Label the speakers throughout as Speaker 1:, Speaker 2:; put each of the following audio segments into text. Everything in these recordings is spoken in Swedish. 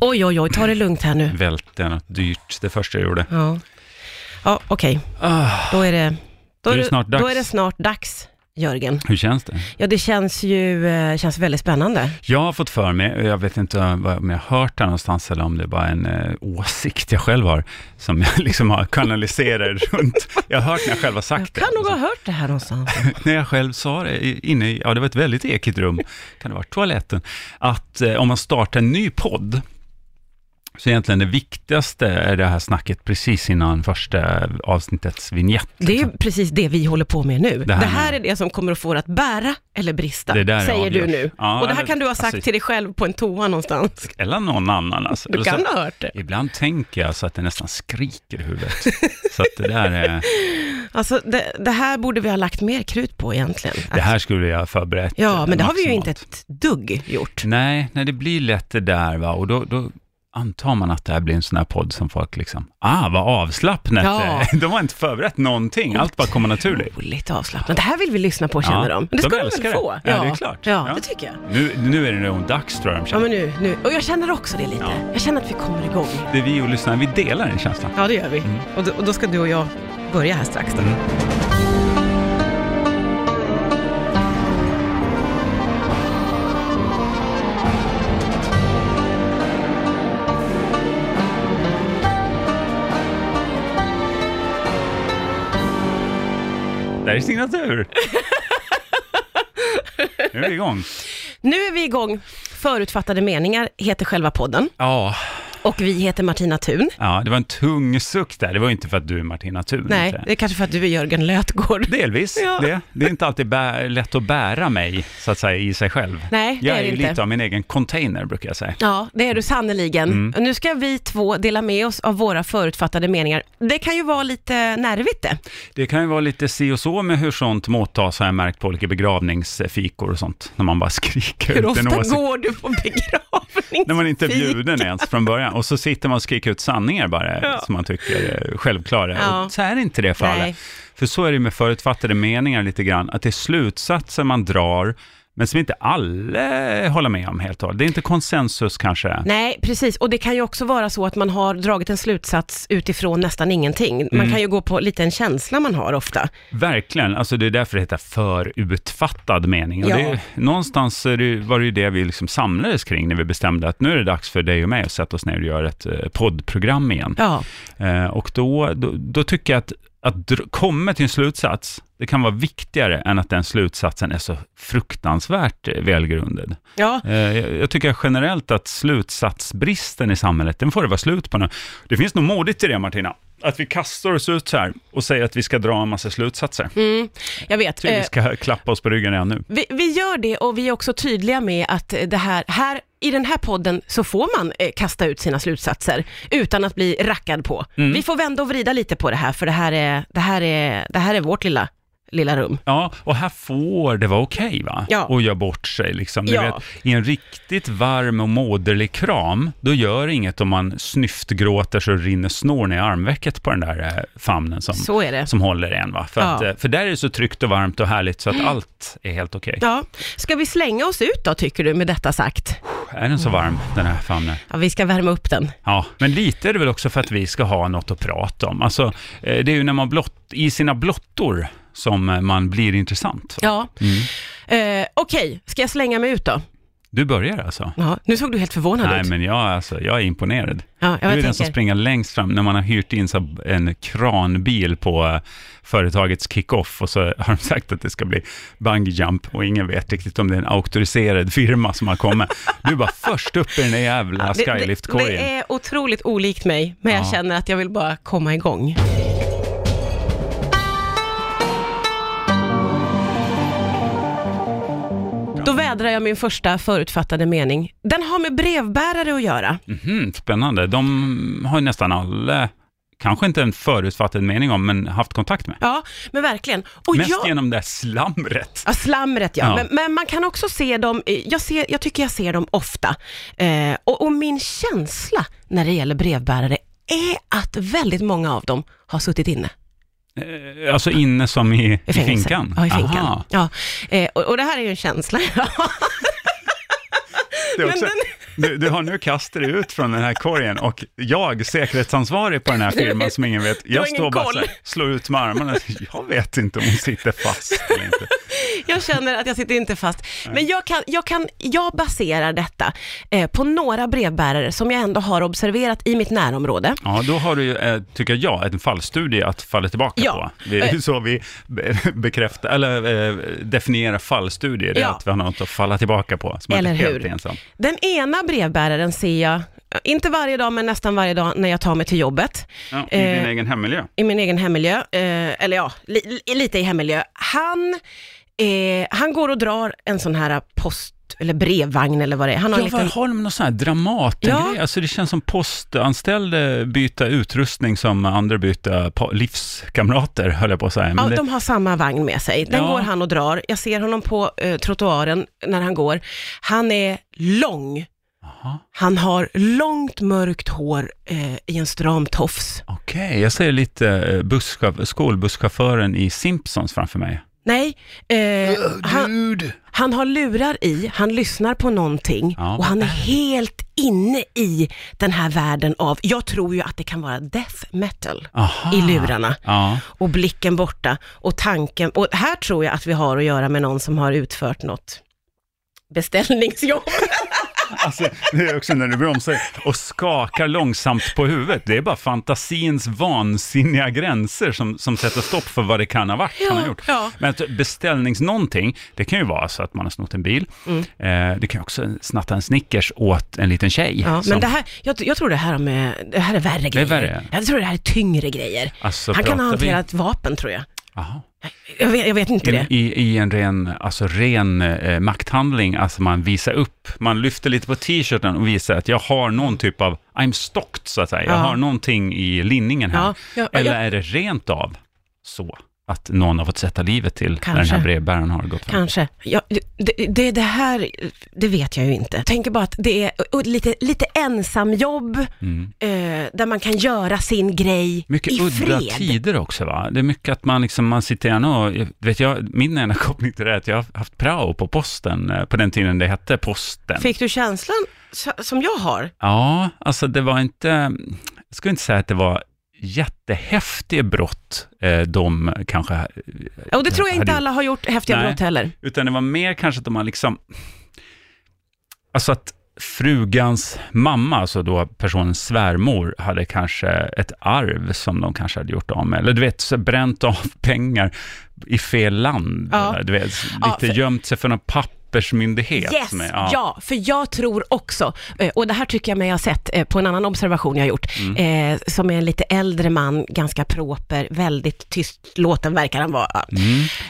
Speaker 1: Oj, oj, oj, ta det lugnt här
Speaker 2: Mm.
Speaker 1: nu.
Speaker 2: Välte något dyrt, det första jag gjorde.
Speaker 1: Ja, ja okej. Då är det... Då
Speaker 2: Är det snart dags?
Speaker 1: Då är det snart dags, Jörgen.
Speaker 2: Hur känns det?
Speaker 1: Ja, det känns ju eh, känns väldigt spännande.
Speaker 2: Jag har fått för mig, och jag vet inte vad- om jag har hört det här någonstans eller om det är bara en eh, åsikt jag själv har, som jag liksom har kanaliserat runt. Jag har hört när jag själv har
Speaker 1: Jag
Speaker 2: sagt det. Alltså,
Speaker 1: kan nog ha hört det här någonstans.
Speaker 2: när jag själv sa det i- inne i, ja det var ett väldigt ekigt rum, kan det vara toaletten, att eh, om man startar en ny podd, så egentligen det viktigaste är det här snacket precis innan första avsnittets vignett.
Speaker 1: Det är ju precis det vi håller på med nu. Det
Speaker 2: Det
Speaker 1: här,
Speaker 2: här
Speaker 1: är det som kommer att få det att bära eller brista,
Speaker 2: Det där
Speaker 1: säger du
Speaker 2: avgörs.
Speaker 1: nu.
Speaker 2: Ja,
Speaker 1: och det här
Speaker 2: eller-
Speaker 1: kan du ha sagt
Speaker 2: precis.
Speaker 1: till dig själv på en toa någonstans.
Speaker 2: Eller någon annan alltså.
Speaker 1: Du
Speaker 2: Eller så-
Speaker 1: kan ha hört det.
Speaker 2: Ibland tänker jag så att det nästan skriker i huvudet. så att det där eh, är,
Speaker 1: Alltså, det, det här borde vi ha lagt mer krut på egentligen.
Speaker 2: det här skulle jag ha förberett.
Speaker 1: ja, men det har vi ju
Speaker 2: maximalt.
Speaker 1: inte ett dugg gjort.
Speaker 2: Nej, nej, det blir lätt det där va, och då, då antar man att det här blir en sån här podd som folk liksom, ah vad avslappnat
Speaker 1: Ja.
Speaker 2: det är." De har inte förberett någonting, allt bara kommer naturligt.
Speaker 1: Roligt avslappnat. Det här vill vi lyssna på känner
Speaker 2: Ja,
Speaker 1: de. Men det
Speaker 2: de
Speaker 1: ska de
Speaker 2: älskar
Speaker 1: väl
Speaker 2: det.
Speaker 1: få?
Speaker 2: Ja, det är klart.
Speaker 1: Ja,
Speaker 2: Ja.
Speaker 1: det tycker jag.
Speaker 2: Nu, nu är det nog dags tror jag
Speaker 1: Ja,
Speaker 2: de känner.
Speaker 1: men nu, nu. Och jag känner också det lite.
Speaker 2: Ja.
Speaker 1: Jag känner att vi kommer igång.
Speaker 2: Det är vi och lyssnarna, vi delar den känslan.
Speaker 1: Ja, det gör vi.
Speaker 2: Mm.
Speaker 1: Och, då, och då ska du och jag börja här strax då.
Speaker 2: Där är signatur! nu är vi igång.
Speaker 1: Nu är vi igång. Förutfattade meningar heter själva podden.
Speaker 2: Ja,
Speaker 1: Och vi heter Martina Thun.
Speaker 2: ja, det var en tung suck där. Det var ju inte för att du är Martina Thun.
Speaker 1: Nej,
Speaker 2: inte.
Speaker 1: det är kanske för att du är Jörgen Lötgård.
Speaker 2: Delvis.
Speaker 1: Ja.
Speaker 2: Det, det är inte alltid bä- lätt att bära mig, så att säga, i sig själv.
Speaker 1: Nej, det
Speaker 2: jag
Speaker 1: är det
Speaker 2: ju
Speaker 1: inte.
Speaker 2: lite av min egen container, brukar jag säga.
Speaker 1: Ja, det är du sannerligen.
Speaker 2: Mm.
Speaker 1: Och Nu ska vi två dela med oss av våra förutfattade meningar. Det kan ju vara lite nervigt det.
Speaker 2: Det kan ju vara lite si och så med hur sånt mottas, har jag märkt på olika begravningsfikor och sånt, när man bara skriker
Speaker 1: Hur
Speaker 2: ut en
Speaker 1: ofta
Speaker 2: åsikt.
Speaker 1: går du på begravning?
Speaker 2: När man inte är bjuden ens från början, och så sitter man och skriker ut sanningar bara,
Speaker 1: Ja.
Speaker 2: som man tycker är självklara.
Speaker 1: Ja.
Speaker 2: Och så är det inte det för alla.
Speaker 1: Nej.
Speaker 2: För så är det ju med förutfattade meningar lite grann, att det är slutsatser man drar, men som inte alla håller med om helt och hållet. Det är inte konsensus kanske.
Speaker 1: Nej, precis. Och det kan ju också vara så att man har dragit en slutsats utifrån nästan ingenting. Man kan ju gå på lite en känsla man har ofta.
Speaker 2: Verkligen, alltså det är därför det heter förutfattad mening. Och
Speaker 1: Ja.
Speaker 2: det är, någonstans är det, var det ju det vi liksom samlades kring när vi bestämde att nu är det dags för dig och mig att sätta oss ner och göra ett eh, poddprogram igen.
Speaker 1: Ja,
Speaker 2: Eh, och då, då, då tycker jag att, att dr- komma till en slutsats, det kan vara viktigare än att den slutsatsen är så fruktansvärt eh, välgrundad.
Speaker 1: ja.
Speaker 2: Eh, jag- jag tycker generellt att slutsatsbristen i samhället, den får det vara slut på nu. Det finns nog modigt i det, Martina. Att vi kastar oss ut så här och säger att vi ska dra en massa slutsatser.
Speaker 1: jag vet.
Speaker 2: Jag tycker
Speaker 1: Eh,
Speaker 2: vi ska klappa oss på ryggen redan nu.
Speaker 1: Vi, vi gör det och vi är också tydliga med att det här, här i den här podden så får man eh, kasta ut sina slutsatser utan att bli rackad på. Vi får vända och vrida lite på det här för det här är, det här är, det här är vårt lilla, lilla rum.
Speaker 2: Ja, och här får det vara okej va?
Speaker 1: Ja.
Speaker 2: Och göra bort sig liksom. Ni
Speaker 1: Ja.
Speaker 2: vet, I en riktigt varm och moderlig kram, då gör det inget om man snyftgråter så det rinner snor ner i armvecket på den där eh, famnen som,
Speaker 1: Så är det.
Speaker 2: som håller en va? För,
Speaker 1: Ja.
Speaker 2: att, eh, för där är det så tryggt och varmt och härligt så att allt är helt okej.
Speaker 1: Ja, ska vi slänga oss ut då tycker du med detta sagt?
Speaker 2: Är den så varm den här famnen?
Speaker 1: Ja, vi ska värma upp den.
Speaker 2: Ja, men lite är det väl också för att vi ska ha något att prata om. Alltså, eh, det är ju när man blott, i sina blottor som eh, man blir intressant.
Speaker 1: Ja.
Speaker 2: Mm.
Speaker 1: Eh, Okej, ska jag slänga mig ut då?
Speaker 2: Du börjar alltså?
Speaker 1: Ja, nu såg du helt förvånad
Speaker 2: Nej,
Speaker 1: ut.
Speaker 2: men jag, alltså, jag är imponerad.
Speaker 1: Ja, jag
Speaker 2: du är den som
Speaker 1: tänker.
Speaker 2: springer längst fram när man har hyrt in så här en kranbil på eh, företagets kick-off och så har de sagt att det ska bli bungee jump och ingen vet riktigt om det är en auktoriserad firma som har kommit. Du är bara först upp i den där jävla
Speaker 1: Det- det- Det
Speaker 2: skylift-korgen.
Speaker 1: är otroligt olikt mig, men jag
Speaker 2: Ja.
Speaker 1: känner att jag vill bara komma igång. Då vädrar jag min första förutfattade mening. Den har med brevbärare att göra.
Speaker 2: Mhm, spännande. De har ju nästan alla, kanske inte en förutfattad mening om, men haft kontakt med.
Speaker 1: Ja, men verkligen. Och
Speaker 2: Mest
Speaker 1: jag...
Speaker 2: genom det där slamret.
Speaker 1: Ja, slamret ja.
Speaker 2: Ja.
Speaker 1: Men, men man kan också se dem, eh, jag, ser, jag tycker jag ser dem ofta. Eh, och, och min känsla när det gäller brevbärare är att väldigt många av dem har suttit inne.
Speaker 2: Eh, Alltså inne som i, i
Speaker 1: fängelse.
Speaker 2: finkan?
Speaker 1: Ja, i finkan.
Speaker 2: Aha.
Speaker 1: Ja. Eh, och, och det här är ju en känsla.
Speaker 2: Det är
Speaker 1: Men
Speaker 2: också,
Speaker 1: den-
Speaker 2: Du, du har nu kastat dig ut från den här korgen och jag, säkerhetsansvarig på den här firman som ingen vet, jag
Speaker 1: har ingen
Speaker 2: står bara
Speaker 1: koll.
Speaker 2: så här, slår ut med armarna, jag vet inte om hon sitter fast eller inte.
Speaker 1: Jag känner att jag sitter inte fast. Men jag, kan, jag, kan, jag baserar detta eh, på några brevbärare som jag ändå har observerat i mitt närområde.
Speaker 2: Ja, då har du ju, eh, tycker jag, en fallstudie att falla tillbaka
Speaker 1: Ja. Eh.
Speaker 2: på. Det är ju så vi be- bekräftar, eller eh, definierar fallstudier, det är
Speaker 1: Ja.
Speaker 2: att vi har något att falla tillbaka på, som
Speaker 1: Eller
Speaker 2: inte är helt
Speaker 1: hur?
Speaker 2: ensam.
Speaker 1: Den ena brevbäraren ser jag, eh, inte varje dag, men nästan varje dag när jag tar mig till jobbet.
Speaker 2: Ja, I din
Speaker 1: Eh,
Speaker 2: egen hemmiljö.
Speaker 1: i min egen hemmiljö, eh, eller ja, li, li, lite i hemmiljö. Han, eh, han går och drar en sån här post eller brevvagn eller vad det är. Han har liksom-
Speaker 2: Ja,
Speaker 1: en liten...
Speaker 2: har de någon sån här Dramaten-grej?
Speaker 1: Ja.
Speaker 2: Alltså det känns som postanställd eh, byta utrustning som andra byta pa- livskamrater, höll jag på att säga. Men
Speaker 1: Ja,
Speaker 2: det,
Speaker 1: de har samma vagn med sig. Den
Speaker 2: Ja.
Speaker 1: går han och drar. Jag ser honom på eh, trottoaren när han går. Han är lång.
Speaker 2: Jaha.
Speaker 1: Han har långt mörkt hår eh, i en stram tofs.
Speaker 2: Okej, jag ser lite eh, busschaf- skolbusschauffören i Simpsons framför mig.
Speaker 1: Nej, eh, han,
Speaker 2: Dude!
Speaker 1: han har lurar i, han lyssnar på någonting
Speaker 2: Ja,
Speaker 1: och han är
Speaker 2: vad
Speaker 1: helt inne i den här världen av, jag tror ju att det kan vara death metal
Speaker 2: Aha.
Speaker 1: i lurarna.
Speaker 2: Ja.
Speaker 1: Och blicken borta och tanken, och här tror jag att vi har att göra med någon som har utfört något beställningsjobb.
Speaker 2: Alltså, det är också när du bromsar och skakar långsamt på huvudet. Det är bara fantasins vansinniga gränser som, som sätter stopp för vad det kan ha varit han har
Speaker 1: Ja,
Speaker 2: gjort.
Speaker 1: ja.
Speaker 2: Men att beställnings-någonting, det kan ju vara så att man har snott en bil.
Speaker 1: Mm.
Speaker 2: Eh, det kan ju också snatta en Snickers åt en liten tjej.
Speaker 1: Ja, men
Speaker 2: som-
Speaker 1: det här, jag, jag tror det här, med, det här är värre grejer.
Speaker 2: värre.
Speaker 1: Jag tror det här är tyngre grejer.
Speaker 2: Alltså,
Speaker 1: Han kan
Speaker 2: pratar
Speaker 1: ha
Speaker 2: vi-
Speaker 1: hanterat vapen tror jag.
Speaker 2: Jaha.
Speaker 1: Jag vet, jag vet inte det.
Speaker 2: I, I en ren, alltså ren eh, makthandling, alltså man visar upp, man lyfter lite på t-shirten och visar att jag har någon typ av, I'm stocked så att säga, jag
Speaker 1: Ja.
Speaker 2: har någonting i linningen här.
Speaker 1: Ja, ja, ja.
Speaker 2: Eller är det rent av så att någon har fått sätta livet till när den
Speaker 1: Kanske.
Speaker 2: här brevbäraren har gått fram?
Speaker 1: Kanske. Ja, det, det, det här, det vet jag ju inte. Tänker bara att det är och lite, lite ensamjobb, eh, där man kan göra sin grej
Speaker 2: Mm. Mycket
Speaker 1: i
Speaker 2: udda
Speaker 1: fred.
Speaker 2: tider också va? Det är mycket att man liksom, man sitter gärna och, vet jag, min enda koppling till det är att jag har haft prao på posten, eh, på den tiden det hette posten.
Speaker 1: Fick du känslan s- som jag har?
Speaker 2: Ja, alltså det var inte, jag skulle inte säga att det var jättehäftiga brott eh, de kanske,
Speaker 1: Och det tror jag
Speaker 2: Har
Speaker 1: inte
Speaker 2: du-
Speaker 1: alla har gjort häftiga
Speaker 2: Nej.
Speaker 1: brott heller.
Speaker 2: utan det var mer kanske att de har liksom, alltså att frugans mamma, alltså då personens svärmor, hade kanske ett arv som de kanske hade gjort av med, eller du vet, så bränt av pengar i fel land,
Speaker 1: Ja.
Speaker 2: du vet, lite
Speaker 1: Ja, för-
Speaker 2: gömt sig för någon pappersmyndighet.
Speaker 1: Yes,
Speaker 2: som är-
Speaker 1: ja. för jag tror också, eh, och det här tycker jag mig ha sett eh, på en annan observation jag har gjort,
Speaker 2: Mm.
Speaker 1: eh, som är en lite äldre man, ganska proper, väldigt tystlåten verkar han vara.
Speaker 2: Mm.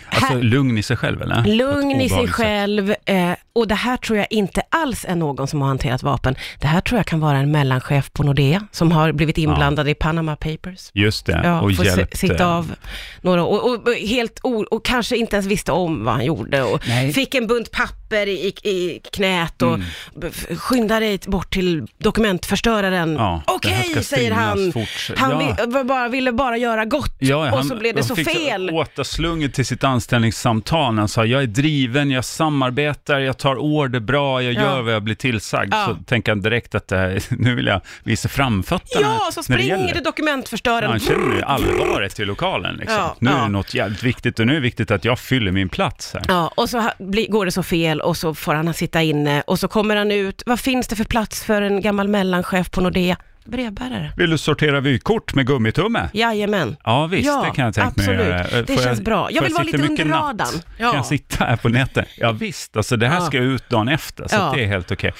Speaker 2: Alltså
Speaker 1: Här-
Speaker 2: lugn i sig själv eller? På ett
Speaker 1: Lugn i sig
Speaker 2: obehagligt sätt.
Speaker 1: själv eh, och det här tror jag inte alls är någon som har hanterat vapen. Det här tror jag kan vara en mellanchef på Nordea som har blivit inblandad i Panama Papers.
Speaker 2: Just det,
Speaker 1: Ja,
Speaker 2: och
Speaker 1: får si-
Speaker 2: hjälpt.
Speaker 1: sitta
Speaker 2: eh,
Speaker 1: av några år och, och, och, helt o- och kanske inte ens visste om vad han gjorde och
Speaker 2: Nej. Mm.
Speaker 1: fick en bunt papper i, i knät och b- f- skynda dig bort till dokumentförstöraren.
Speaker 2: Ja, det här
Speaker 1: Okej,
Speaker 2: ska
Speaker 1: säger han.
Speaker 2: stängas fort.
Speaker 1: Han
Speaker 2: Ja.
Speaker 1: vi, bara, ville bara göra gott
Speaker 2: Ja,
Speaker 1: och så blev det
Speaker 2: han
Speaker 1: så
Speaker 2: fick
Speaker 1: fel.
Speaker 2: återslunget till sitt anställningssamtal när han sa jag är driven, jag samarbetar, jag tar order bra, jag
Speaker 1: Ja.
Speaker 2: gör vad jag blir tillsagd.
Speaker 1: Ja.
Speaker 2: Så tänker han direkt att det här, nu vill jag visa framfötterna
Speaker 1: Ja, så
Speaker 2: när det
Speaker 1: springer du
Speaker 2: gäller.
Speaker 1: dokumentförstöraren.
Speaker 2: Han känner ju allvaret i lokalen. Liksom.
Speaker 1: Ja,
Speaker 2: nu är
Speaker 1: ja.
Speaker 2: det något jävligt viktigt och nu är det viktigt att jag fyller min plats här.
Speaker 1: Ja, och så ha- bli- går det så fel och så får han sitta inne och så kommer han ut. Vad finns det för plats för en gammal mellanchef på Nordea? Brevbärare.
Speaker 2: Vill du sortera vykort med gummitumme?
Speaker 1: Jajamän.
Speaker 2: Ja visst,
Speaker 1: Ja,
Speaker 2: det kan jag tänka mig
Speaker 1: absolut.
Speaker 2: att göra.
Speaker 1: Det
Speaker 2: Får
Speaker 1: känns bra. Jag
Speaker 2: får
Speaker 1: vill vara
Speaker 2: sitta
Speaker 1: lite
Speaker 2: mycket
Speaker 1: under
Speaker 2: natt?
Speaker 1: radarn. Ja. Mm.
Speaker 2: Kan jag sitta här på nätet? Ja visst, alltså det här
Speaker 1: Ja.
Speaker 2: ska ut dagen efter, så
Speaker 1: Ja.
Speaker 2: det är helt okej.
Speaker 1: Och,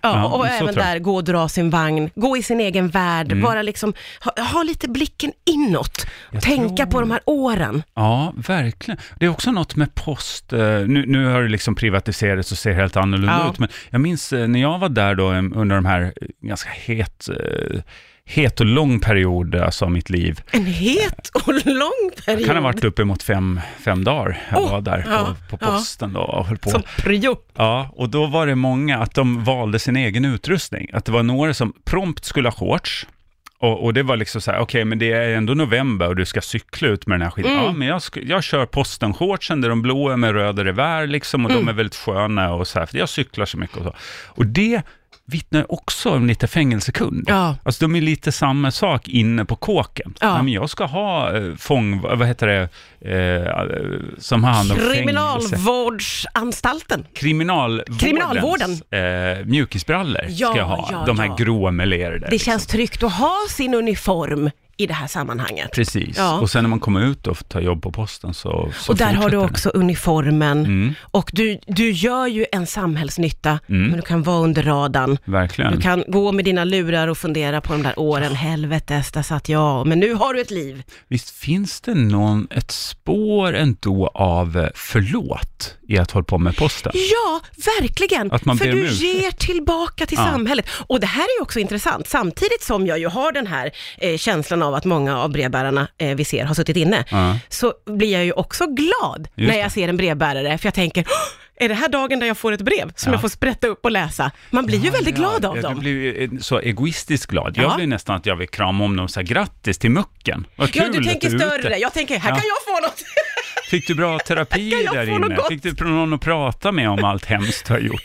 Speaker 1: ja,
Speaker 2: Ja,
Speaker 1: och
Speaker 2: så
Speaker 1: även
Speaker 2: tror jag. Mm.
Speaker 1: där, gå och dra sin vagn, gå i sin egen värld, bara liksom ha, ha lite blicken inåt,
Speaker 2: Jag
Speaker 1: tänka
Speaker 2: tror-
Speaker 1: på de här åren.
Speaker 2: Ja, verkligen. Det är också något med post. eh, Nu, nu har det liksom privatiserats och ser helt annorlunda
Speaker 1: Ja.
Speaker 2: ut. Men jag minns eh, när jag var där då em, under de här eh, ganska het, eh, het och lång period alltså, av mitt liv.
Speaker 1: En het och lång
Speaker 2: Det
Speaker 1: period.
Speaker 2: kan ha varit uppemot fem, fem dagar jag
Speaker 1: Oh,
Speaker 2: var där
Speaker 1: ja,
Speaker 2: på, på
Speaker 1: ja.
Speaker 2: posten då och höll på.
Speaker 1: Som pryo.
Speaker 2: Ja, och då var det många att de valde sin egen utrustning. Att det var några som prompt skulle ha shorts. Och, och det var liksom så här, okej, men det är ändå november och du ska cykla ut med den här skiten.
Speaker 1: Mm.
Speaker 2: Ja, men jag, sk- jag kör posten-shortsen där de blå är
Speaker 1: Mm.
Speaker 2: med röda revär liksom och de är väldigt sköna och så här, för jag cyklar så mycket och så. Och det vittnar också om lite fängelsekund.
Speaker 1: Ja.
Speaker 2: Alltså de är lite samma sak inne på kåken.
Speaker 1: Ja.
Speaker 2: Nej, men jag ska ha eh, fång, vad heter det, eh, som har hand om fängelse.
Speaker 1: Kriminalvårdsanstalten.
Speaker 2: Kriminalvårdens,
Speaker 1: Kriminalvården.
Speaker 2: Eh, mjukisbrallor
Speaker 1: Ja,
Speaker 2: ska jag ha.
Speaker 1: ja,
Speaker 2: de här
Speaker 1: ja.
Speaker 2: gråa melerade.
Speaker 1: Det känns tryggt att ha sin uniform i det här sammanhanget.
Speaker 2: Precis,
Speaker 1: Ja.
Speaker 2: och sen när man kommer ut och tar jobb på posten så, så
Speaker 1: Och där har du
Speaker 2: fortsätter
Speaker 1: också uniformen.
Speaker 2: Mm.
Speaker 1: Och du, du gör ju en samhällsnytta, men du kan vara under radarn.
Speaker 2: det. Verkligen.
Speaker 1: Du kan gå med dina lurar och fundera på de där åren, helvetes, där satt jag, men nu har du ett liv.
Speaker 2: Visst finns det någon, ett spår ändå av eh, förlåt i att hålla på med posten?
Speaker 1: Ja, verkligen!
Speaker 2: Att man
Speaker 1: För
Speaker 2: ber om
Speaker 1: du
Speaker 2: ursäkt.
Speaker 1: ger tillbaka till
Speaker 2: Ja.
Speaker 1: samhället. Och det här är ju också intressant, samtidigt som jag ju har den här eh, känslan av att många av brevbärarna eh, vi ser har suttit inne,
Speaker 2: Ja.
Speaker 1: så blir jag ju också glad
Speaker 2: Just
Speaker 1: när
Speaker 2: det.
Speaker 1: jag ser en brevbärare, för jag tänker, "Åh, är det här dagen där jag får ett brev som
Speaker 2: Ja.
Speaker 1: jag får sprätta upp och läsa? Man blir ju väldigt
Speaker 2: Ja,
Speaker 1: glad av
Speaker 2: ja,
Speaker 1: dem.
Speaker 2: Du blir ju eh, så egoistiskt glad.
Speaker 1: Ja.
Speaker 2: Jag blir nästan att jag vill krama om dem och säga grattis till mucken. Vad kul
Speaker 1: Ja, du
Speaker 2: att
Speaker 1: tänker
Speaker 2: är ute.
Speaker 1: större. Jag tänker, här
Speaker 2: Ja.
Speaker 1: kan jag få något.
Speaker 2: Fick du bra terapi
Speaker 1: Kan jag
Speaker 2: där
Speaker 1: få något
Speaker 2: inne?
Speaker 1: gott?
Speaker 2: Fick du någon att prata med om allt hemskt du har gjort?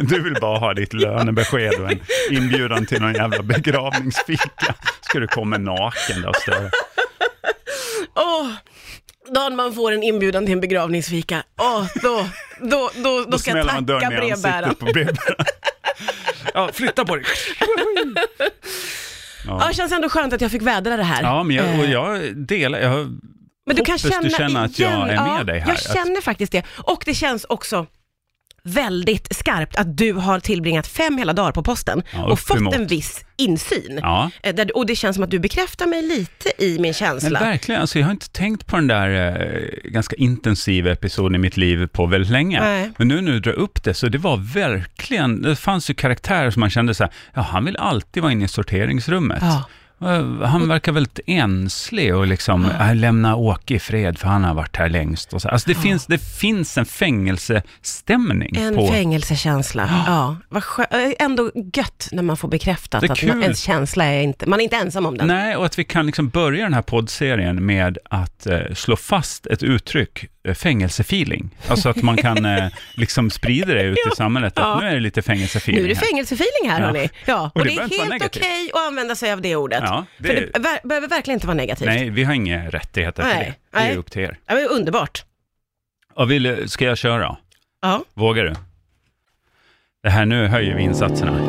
Speaker 2: Du vill bara ha ditt lönebesked och en inbjudan till någon jävla begravningsfika. Ska du komma naken där och störa?
Speaker 1: Åh, dagen man får en inbjudan till en begravningsfika, åh, då, då, då, då, ska jag
Speaker 2: smäller man
Speaker 1: tacka
Speaker 2: dörren i
Speaker 1: brevbäraren.
Speaker 2: ansiktet på brevbäraren. Ja, flytta på dig.
Speaker 1: Ja,
Speaker 2: Ja.
Speaker 1: det känns ändå skönt att jag fick vädra det här.
Speaker 2: Ja, men jag, och
Speaker 1: Eh,
Speaker 2: jag delar, jag,
Speaker 1: men du kan
Speaker 2: hoppas
Speaker 1: känna
Speaker 2: du känner att jag
Speaker 1: igen-
Speaker 2: är med
Speaker 1: ja,
Speaker 2: dig här.
Speaker 1: Jag
Speaker 2: Att-
Speaker 1: känner faktiskt det. Och det känns också väldigt skarpt att du har tillbringat fem hela dagar på posten
Speaker 2: Ja,
Speaker 1: och fått
Speaker 2: uppemot.
Speaker 1: en viss insyn.
Speaker 2: ja.
Speaker 1: Eh, där- Och det känns som att du bekräftar mig lite i min
Speaker 2: Men
Speaker 1: känsla.
Speaker 2: verkligen, alltså jag har inte tänkt på den där eh, ganska intensiva episoden i mitt liv på väldigt länge.
Speaker 1: Nej.
Speaker 2: Men nu när du drar upp det, så det var verkligen, det fanns ju karaktärer som man kände så här, ja han vill alltid vara inne i sorteringsrummet.
Speaker 1: Ja.
Speaker 2: Eh, Han verkar väldigt enslig och liksom, "Ah, lämna Åke i fred för han har varit här längst. Och så. Alltså det, finns, det finns en fängelsestämning
Speaker 1: En
Speaker 2: på
Speaker 1: fängelsekänsla. Ja, vad skö- eh, ändå gött när man får bekräftat
Speaker 2: Det är
Speaker 1: att
Speaker 2: kul.
Speaker 1: man, ens känsla är inte, man är inte ensam om den.
Speaker 2: Nej, och att vi kan liksom börja den här poddserien med att eh, slå fast ett uttryck, eh, fängelsefeeling. Alltså att man kan eh, liksom sprida det ut i samhället, att
Speaker 1: Ja.
Speaker 2: nu är det lite fängelsefeeling
Speaker 1: Nu är det
Speaker 2: här.
Speaker 1: fängelsefeeling här
Speaker 2: Ja.
Speaker 1: hörni. Ja, och,
Speaker 2: det
Speaker 1: det,
Speaker 2: behöver inte
Speaker 1: är
Speaker 2: vara
Speaker 1: helt
Speaker 2: negativt.
Speaker 1: okej att använda sig av det ordet.
Speaker 2: Ja, det
Speaker 1: För
Speaker 2: är-
Speaker 1: det ver- behöver verkligen inte vara negativt.
Speaker 2: Nej, vi har inga rättigheter
Speaker 1: Nej,
Speaker 2: till det. Det är
Speaker 1: nej.
Speaker 2: upp till er.
Speaker 1: Ja, men underbart.
Speaker 2: Och vill, ska jag köra?
Speaker 1: Ja.
Speaker 2: Vågar du? Det här, nu höjer vi insatserna.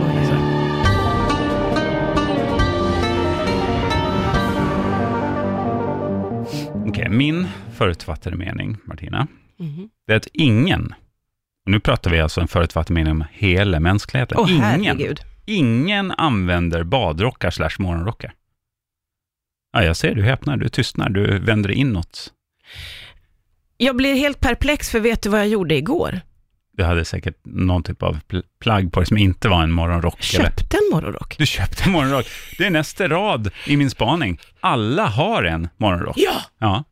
Speaker 2: Okej, min förutfattade mening, Martina,
Speaker 1: Mhm.
Speaker 2: det är att ingen, och nu pratar vi alltså en förutfattad mening om hela mänskligheten,
Speaker 1: Åh
Speaker 2: ingen,
Speaker 1: herregud.
Speaker 2: ingen använder badrockar slash morgonrockar. Ja, jag ser, du häpnar, du tystnar, du vänder dig inåt.
Speaker 1: Jag blir helt perplex för vet du vad jag gjorde igår?
Speaker 2: Du hade säkert någon typ av pl- plagg på dig som inte var en morgonrock. eller?
Speaker 1: Köpte en morgonrock.
Speaker 2: Du köpte en morgonrock. Det är nästa rad i min spaning. Alla har en morgonrock.
Speaker 1: Ja!
Speaker 2: Ja.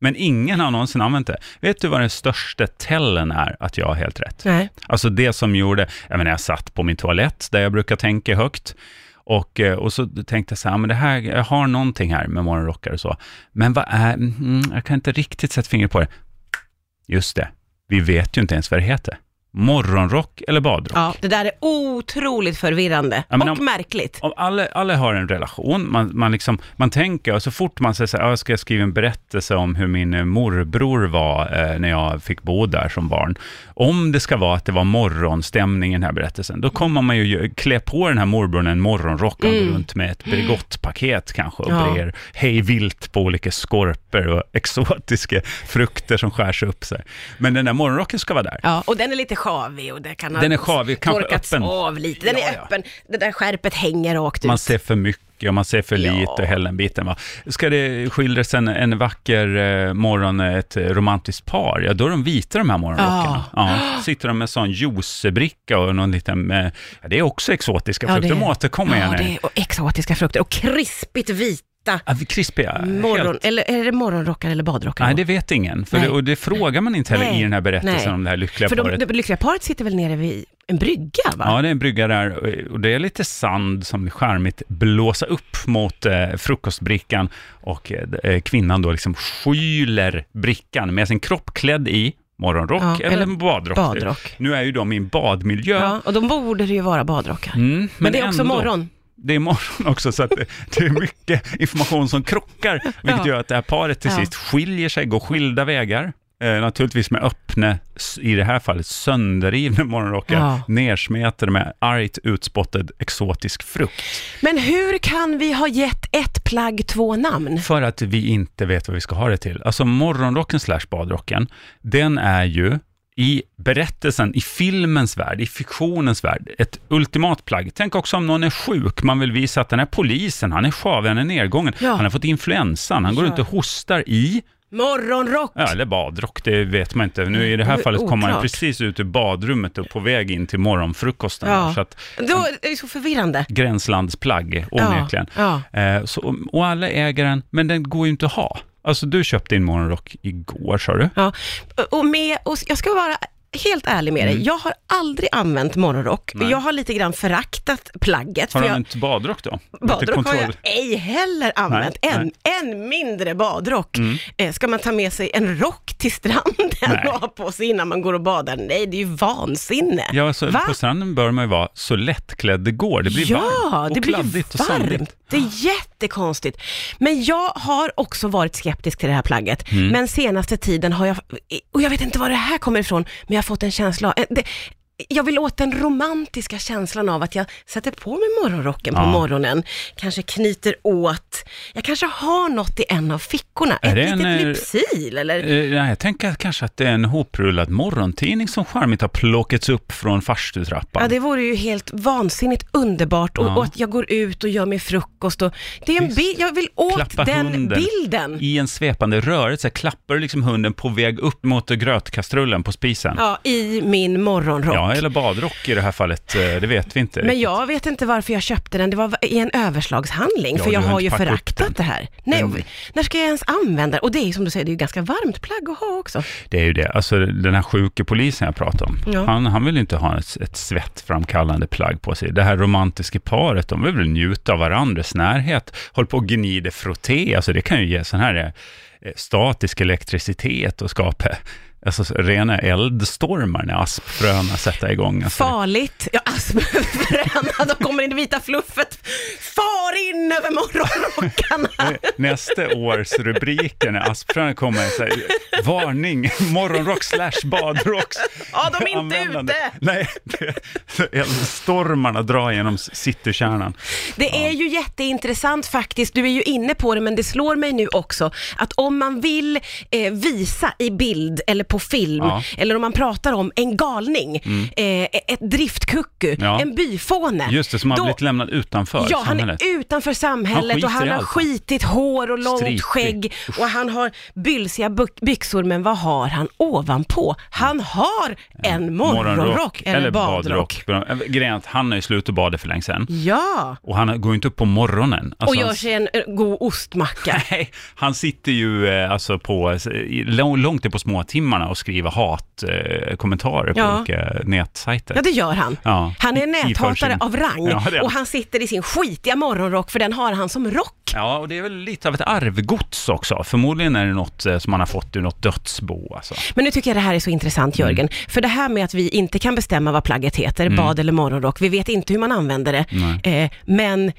Speaker 2: Men ingen har någonsin använt det. Vet du vad den största tellen är att jag har helt rätt?
Speaker 1: Nej.
Speaker 2: Alltså det som gjorde, jag menar jag satt på min toalett där jag brukar tänka högt och, eh, och så tänkte jag så här, men det här, jag har någonting här med morgonrockar och så. Men vad är, mm, jag kan inte riktigt sätta fingret på det. Just det, vi vet ju inte ens vad det heter. Morgonrock eller badrock?
Speaker 1: Ja, det där är otroligt förvirrande
Speaker 2: Ja, men
Speaker 1: och
Speaker 2: om-
Speaker 1: märkligt.
Speaker 2: Om alla, alla har en relation, man, man, liksom, man tänker, och så fort man säger så här, "Ah, jag ska skriva en berättelse om hur min eh, morbror var eh, när jag fick bo där som barn. Om det ska vara att det var morgonstämning i den här berättelsen, då kommer man ju gö- klä på den här morbrorn en morgonrock och gå runt med ett Bregottpaket kanske och
Speaker 1: Ja.
Speaker 2: brer hej vilt på olika skorpor och exotiska frukter som skärs upp. Så här. Men den där morgonrocken ska vara där.
Speaker 1: Ja, och den är lite sjavig och det kan ha
Speaker 2: Den är sjavig, kanske
Speaker 1: torkats
Speaker 2: öppen.
Speaker 1: av lite. Den
Speaker 2: Ja,
Speaker 1: är
Speaker 2: ja.
Speaker 1: öppen, det där skärpet hänger rakt ut.
Speaker 2: Man ser för mycket och man ser för
Speaker 1: Ja.
Speaker 2: lite och hela den biten. Va? Ska det skildras en, en vacker eh, morgon, ett eh, romantiskt par, ja då är de vita de här morgonrockarna.
Speaker 1: Ah.
Speaker 2: Ja, sitter de med en sån juicebricka och någon liten, eh, ja, det är också exotiska
Speaker 1: Ja,
Speaker 2: frukter,
Speaker 1: det-
Speaker 2: de återkommer
Speaker 1: ja,
Speaker 2: gärna.
Speaker 1: det är, och exotiska frukter och krispigt vita
Speaker 2: Ja, vi krispiga.
Speaker 1: morgon...
Speaker 2: Helt-
Speaker 1: Eller är det morgonrockar eller badrockar?
Speaker 2: Nej,
Speaker 1: då?
Speaker 2: det vet ingen. För
Speaker 1: Nej.
Speaker 2: det, och det frågar man inte heller
Speaker 1: Nej.
Speaker 2: i den här berättelsen
Speaker 1: Nej.
Speaker 2: om det här lyckliga
Speaker 1: För de,
Speaker 2: paret.
Speaker 1: det lyckliga paret sitter väl nere vid en brygga va?
Speaker 2: Ja, det är en brygga där och- och det är lite sand som vill charmigt blåsa upp mot eh, frukostbrickan och eh, d- eh, kvinnan då liksom skyler brickan med sin kropp klädd i morgonrock
Speaker 1: Ja,
Speaker 2: eller,
Speaker 1: eller
Speaker 2: badrock.
Speaker 1: badrock.
Speaker 2: Nu är ju de i en badmiljö.
Speaker 1: Ja, och de borde det ju vara badrockar.
Speaker 2: Mm,
Speaker 1: men, det är också
Speaker 2: ändå.
Speaker 1: morgon.
Speaker 2: Det är morgon också, så att det, det är mycket information som krockar,
Speaker 1: Ja.
Speaker 2: vilket gör att det här paret till
Speaker 1: Ja.
Speaker 2: sist skiljer sig, går skilda vägar. Eh, naturligtvis med öppna, s- i det här fallet sönderrivna morgonrockar,
Speaker 1: Ja.
Speaker 2: nersmetade med argt utspottad exotisk frukt.
Speaker 1: Men hur kan vi ha gett ett plagg två namn?
Speaker 2: För att vi inte vet vad vi ska ha det till. Alltså morgonrocken slash badrocken, den är ju i berättelsen, i filmens värld, i fiktionens värld, ett ultimat plagg. Tänk också om någon är sjuk, man vill visa att den här polisen, han är sjavig, han är nedgången,
Speaker 1: Ja.
Speaker 2: han har fått influensan, han går
Speaker 1: Ja.
Speaker 2: runt och hostar i,
Speaker 1: Morgonrock!
Speaker 2: ja, eller badrock, det vet man inte. Nu i det här
Speaker 1: O-
Speaker 2: fallet kommer han
Speaker 1: oklart.
Speaker 2: precis ut ur badrummet och på väg in till morgonfrukosten.
Speaker 1: Ja.
Speaker 2: Så att,
Speaker 1: Då är det så förvirrande.
Speaker 2: gränslandsplagg,
Speaker 1: Ja,
Speaker 2: onekligen.
Speaker 1: ja.
Speaker 2: Eh, så, och alla äger den, men den går ju inte att ha. Alltså du köpte din morgonrock igår, sa du?
Speaker 1: Ja. Och med, och jag ska vara helt ärlig med dig, jag har aldrig använt morgonrock.
Speaker 2: Mm. Nej.
Speaker 1: Jag har lite grann föraktat plagget.
Speaker 2: Har du
Speaker 1: jag,
Speaker 2: använt badrock då? Lite
Speaker 1: Badrock har
Speaker 2: kontroll.
Speaker 1: jag ej heller använt,
Speaker 2: Nej, Mm.
Speaker 1: än, än mindre badrock. Eh, ska man ta med sig en rock till stranden
Speaker 2: Nej.
Speaker 1: och ha på sig innan man går och badar? Nej, det är ju vansinne.
Speaker 2: Ja, alltså,
Speaker 1: Va?
Speaker 2: på stranden bör man ju vara så lättklädd det går. Det blir
Speaker 1: ja,
Speaker 2: varmt och
Speaker 1: det blir ju
Speaker 2: kladdigt och sandigt.
Speaker 1: varmt. Det är jättekonstigt. Men jag har också varit skeptisk till det här plagget.
Speaker 2: Mm.
Speaker 1: Men senaste tiden har jag, och jag vet inte var det här kommer ifrån, men jag har fått en känsla av, eh, det, jag vill åt den romantiska känslan av att jag sätter på mig morgonrocken på
Speaker 2: Ja.
Speaker 1: morgonen, kanske knyter åt, jag kanske har något i en av fickorna,
Speaker 2: Är
Speaker 1: ett
Speaker 2: det
Speaker 1: litet
Speaker 2: en, eh,
Speaker 1: lypsyl eller
Speaker 2: Eh, nej, jag tänker att kanske att det är en hoprullad morgontidning som charmigt har plockats upp från farstutrappan.
Speaker 1: Ja, det vore ju helt vansinnigt underbart och,
Speaker 2: Ja.
Speaker 1: och att jag går ut och gör mig frukost och det är en bild, jag vill åt
Speaker 2: Klappa
Speaker 1: den
Speaker 2: hunden.
Speaker 1: bilden.
Speaker 2: I en svepande rörelse klappar du liksom hunden på väg upp mot grötkastrullen på spisen.
Speaker 1: Ja, i min morgonrock.
Speaker 2: Ja, eller badrock i det här fallet, eh, det vet vi inte.
Speaker 1: Men jag vet inte varför jag köpte den, det var i en överslagshandling,
Speaker 2: Ja,
Speaker 1: för
Speaker 2: du
Speaker 1: jag
Speaker 2: har
Speaker 1: har
Speaker 2: inte
Speaker 1: ju
Speaker 2: packat upp Mm.
Speaker 1: föraktat det här. Nej, och, när ska jag ens använda det? Och det är ju som du säger, det är ju ganska varmt plagg att ha också.
Speaker 2: Det är ju det, alltså den här sjuke polisen jag pratade om,
Speaker 1: Ja.
Speaker 2: han, han vill ju inte ha ett, ett svettframkallande plagg på sig. Det här romantiska paret, de vill väl njuta av varandras närhet, håll på och gnider frotté, alltså det kan ju ge sån här eh, statisk elektricitet och skapa alltså, så- rena eldstormar när aspfröna sätter igång. Alltså,
Speaker 1: Farligt, ja aspfröna, då kommer in det vita fluffet, far in över morgonrockarna.
Speaker 2: Nästa års rubriker när aspfröna kommer, så här, varning, morgonrock slash badrocks.
Speaker 1: Ja, de är inte
Speaker 2: användande.
Speaker 1: ute.
Speaker 2: Nej, stormarna drar genom citykärnan.
Speaker 1: Det är ju jätteintressant faktiskt, du är ju inne på det men det slår mig nu också att om man vill eh, visa i bild eller på film
Speaker 2: Ja. Mm.
Speaker 1: eller om man pratar om en galning, eh, ett driftkucku,
Speaker 2: Ja.
Speaker 1: en byfåne.
Speaker 2: Just det, som har
Speaker 1: då-
Speaker 2: blivit lämnad utanför
Speaker 1: Ja, han är
Speaker 2: samhället.
Speaker 1: utanför
Speaker 2: Han
Speaker 1: samhället
Speaker 2: skiter
Speaker 1: och han
Speaker 2: i
Speaker 1: har
Speaker 2: allt.
Speaker 1: skitigt hår och långt
Speaker 2: Stripig.
Speaker 1: skägg och han har bylsiga bu- byxor men vad har han ovanpå? Han har en morgonrock eller, badrock.
Speaker 2: badrock. Grejen är att han har ju slutat bada för länge sedan.
Speaker 1: Ja,
Speaker 2: Och han går ju inte upp på morgonen. Alltså,
Speaker 1: och gör
Speaker 2: han-
Speaker 1: sig en eh, god ostmacka.
Speaker 2: Nej, han sitter ju eh, alltså på, i- lång- långt upp på småtimmarna och skriver hatkommentarer på
Speaker 1: Ja.
Speaker 2: olika nätsajter.
Speaker 1: Ja, det gör han.
Speaker 2: Ja.
Speaker 1: Han är
Speaker 2: I-
Speaker 1: en
Speaker 2: iför
Speaker 1: näthatare
Speaker 2: sin-
Speaker 1: av rang
Speaker 2: Ja, det är han.
Speaker 1: och han sitter i sin skitiga morgonrock för den har han som rock.
Speaker 2: Ja, och det är väl lite av ett arvgods också. Förmodligen är det något eh, som man har fått ur något dödsbo. Alltså.
Speaker 1: Men nu tycker jag det här är så intressant
Speaker 2: Mm.
Speaker 1: Jörgen, för det här med att vi inte kan bestämma vad plagget heter, bad eller morgonrock, vi vet inte hur man använder det, eh, men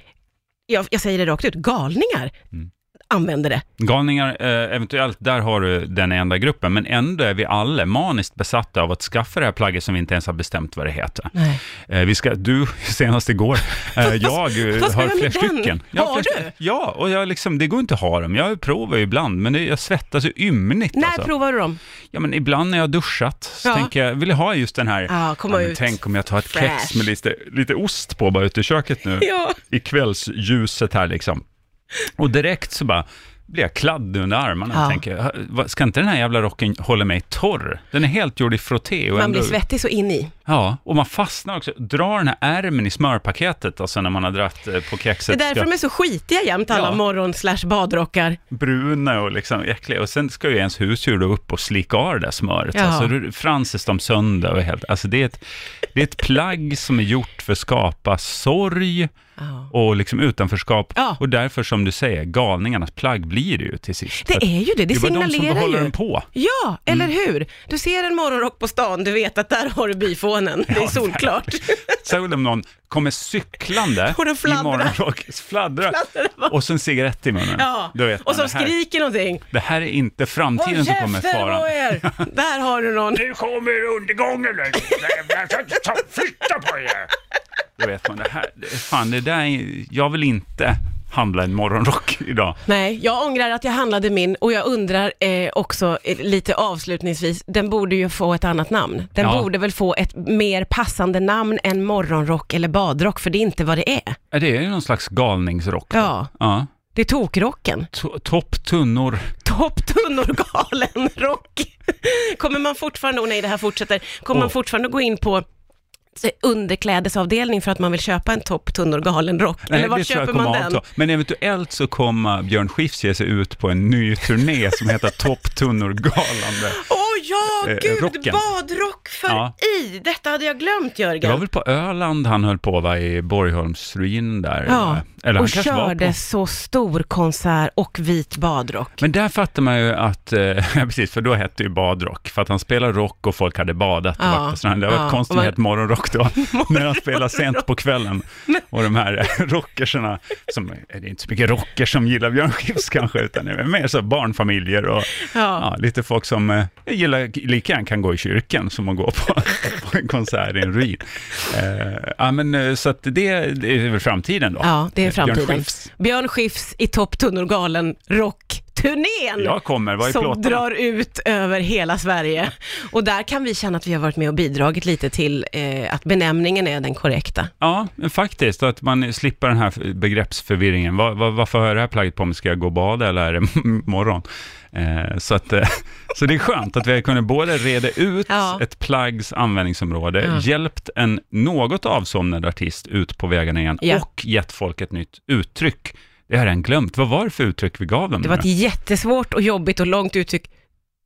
Speaker 1: jag, jag säger det rakt ut, galningar
Speaker 2: Mm.
Speaker 1: använder det.
Speaker 2: Galningar, eh, eventuellt, där har du den enda gruppen, men ändå är vi alla maniskt besatta av att skaffa det här plagget som vi inte ens har bestämt vad det heter.
Speaker 1: Nej.
Speaker 2: Eh, vi ska, du, senast igår, eh, jag eh,
Speaker 1: vad ska
Speaker 2: har
Speaker 1: jag med
Speaker 2: flera
Speaker 1: den?
Speaker 2: stycken. Jag
Speaker 1: Har
Speaker 2: flera
Speaker 1: du?
Speaker 2: stycken. Ja, och jag liksom, det går inte att ha dem. Jag provar ju ibland, men det, jag svettas ju ymnigt.
Speaker 1: När
Speaker 2: alltså.
Speaker 1: provar du dem?
Speaker 2: Ja, men ibland när jag har duschat så
Speaker 1: Ja.
Speaker 2: tänker jag, vill jag ha just den här,
Speaker 1: Ja, komma
Speaker 2: men
Speaker 1: ut.
Speaker 2: tänk om jag tar ett
Speaker 1: Fresh.
Speaker 2: kex med lite, lite ost på bara ute i köket nu,
Speaker 1: Ja.
Speaker 2: i kvällsljuset här liksom. Och direkt så bara blir jag kladdig under armarna
Speaker 1: Ja.
Speaker 2: och tänker, "Ha, vad- ska inte den här jävla rocken hålla mig torr? Den är helt gjord i frotté. Och
Speaker 1: Man
Speaker 2: ändå-
Speaker 1: blir svettig så in i.
Speaker 2: Ja, och man fastnar också, drar den här ärmen i smörpaketet, alltså när man har dratt eh, på
Speaker 1: Det är
Speaker 2: kexet.
Speaker 1: därför de är så skitiga jämt, alla
Speaker 2: Ja.
Speaker 1: morgon slash badrockar.
Speaker 2: bruna och liksom äckliga. Och sen ska ju ens husdjur då upp och slicka av det där smöret.
Speaker 1: Ja.
Speaker 2: Alltså, du- Francis de sönder och helt... Alltså det är, ett, det är ett plagg som är gjort för att skapa sorg,
Speaker 1: Ja.
Speaker 2: och liksom utanförskap.
Speaker 1: Ja.
Speaker 2: Och därför, som du säger, galningarnas plagg blir det ju till sist.
Speaker 1: Det
Speaker 2: För
Speaker 1: är ju det, det,
Speaker 2: det var de som
Speaker 1: signalerar
Speaker 2: behåller
Speaker 1: ju.
Speaker 2: den på.
Speaker 1: Ja, eller
Speaker 2: Mm.
Speaker 1: hur? Du ser en morgonrock på stan, du vet att där har du byfånen. Det är solklart.
Speaker 2: Särskilt om någon kommer cyklande
Speaker 1: Och den fladdrar.
Speaker 2: i morgonrock, fladdrar, och så en cigarett i munnen.
Speaker 1: Ja.
Speaker 2: Då vet
Speaker 1: och
Speaker 2: man,
Speaker 1: som
Speaker 2: det, här,
Speaker 1: skriker någonting.
Speaker 2: det här är inte framtiden
Speaker 1: Håll
Speaker 2: som kommer
Speaker 1: käften på
Speaker 2: faran.
Speaker 1: er! Där har du någon.
Speaker 2: Nu kommer undergången! Flytta på er! Då vet man, det här, fan det där, är- jag vill inte handla en morgonrock idag.
Speaker 1: Nej, jag ångrar att jag handlade min och jag undrar eh, också eh, lite avslutningsvis, den borde ju få ett annat namn. Den
Speaker 2: Ja.
Speaker 1: borde väl få ett mer passande namn än morgonrock eller badrock, för det är inte vad det är.
Speaker 2: Är det någon slags galningsrock?
Speaker 1: Ja,
Speaker 2: Ja.
Speaker 1: det är tokrocken.
Speaker 2: To- Topp, tunnor.
Speaker 1: Topptunnor, galen rock. Kommer man fortfarande, oh nej det här fortsätter, kommer man
Speaker 2: Åh.
Speaker 1: fortfarande gå in på se, underklädesavdelning för att man vill köpa en topptunnor galen rock?
Speaker 2: Nej,
Speaker 1: eller var
Speaker 2: det tror jag
Speaker 1: köper
Speaker 2: kommer
Speaker 1: man
Speaker 2: att
Speaker 1: den?
Speaker 2: avta. Men eventuellt så kommer Björn Skifs ge sig ut på en ny turné som heter Topp, tunnor, galande.
Speaker 1: Åh ja,
Speaker 2: Eh,
Speaker 1: gud,
Speaker 2: rocken.
Speaker 1: badrock för
Speaker 2: Ja.
Speaker 1: i! Detta hade jag glömt
Speaker 2: Det var
Speaker 1: Jörgen.
Speaker 2: väl på Öland han höll på va, i Borgholmsruinen där?
Speaker 1: Ja,
Speaker 2: eller han
Speaker 1: och
Speaker 2: kanske var
Speaker 1: körde
Speaker 2: på...
Speaker 1: så stor konsert och vit badrock.
Speaker 2: Men där fattar man ju att, eh, ja precis, för då hette det ju badrock, för att han spelade rock och folk hade badat och
Speaker 1: Ja,
Speaker 2: varit på stranden. Det var
Speaker 1: ja,
Speaker 2: konstigt
Speaker 1: och man-
Speaker 2: med ett morgonrock då, när han spelade sent på kvällen. Och de här eh, rockerserna, som, eh, det är inte så mycket rockers som gillar Björn Skifs kanske, utan det är mer så barnfamiljer och
Speaker 1: Ja.
Speaker 2: ja, lite folk som eh, gillar, lika gärna kan gå i kyrkan som att gå på, på en konsert i en ruin. Eh, ja, men eh, så att det, det är väl framtiden då.
Speaker 1: ja, det är
Speaker 2: Eh,
Speaker 1: framtiden.
Speaker 2: Björn Skifs.
Speaker 1: Björn Skifs i topptunnor galen rock-turnén.
Speaker 2: Jag kommer, vad är
Speaker 1: som
Speaker 2: plåtarna?
Speaker 1: drar ut över hela Sverige. Och där kan vi känna att vi har varit med och bidragit lite till eh, att benämningen är den korrekta.
Speaker 2: Ja, men faktiskt. Att man slipper den här begreppsförvirringen. Va, va, varför har jag det här plagget på mig? Ska jag gå och bada eller är det morgon? Eh, så, att, eh, så det är skönt att vi har kunnat både reda ut
Speaker 1: Ja. Mm.
Speaker 2: ett plaggs användningsområde,
Speaker 1: Ja.
Speaker 2: hjälpt en något avsomnad artist ut på vägarna igen
Speaker 1: Ja.
Speaker 2: och gett folk ett nytt uttryck. Det har jag redan glömt. Vad var det för uttryck vi gav dem?
Speaker 1: Det var
Speaker 2: nu?
Speaker 1: ett jättesvårt och jobbigt och långt uttryck.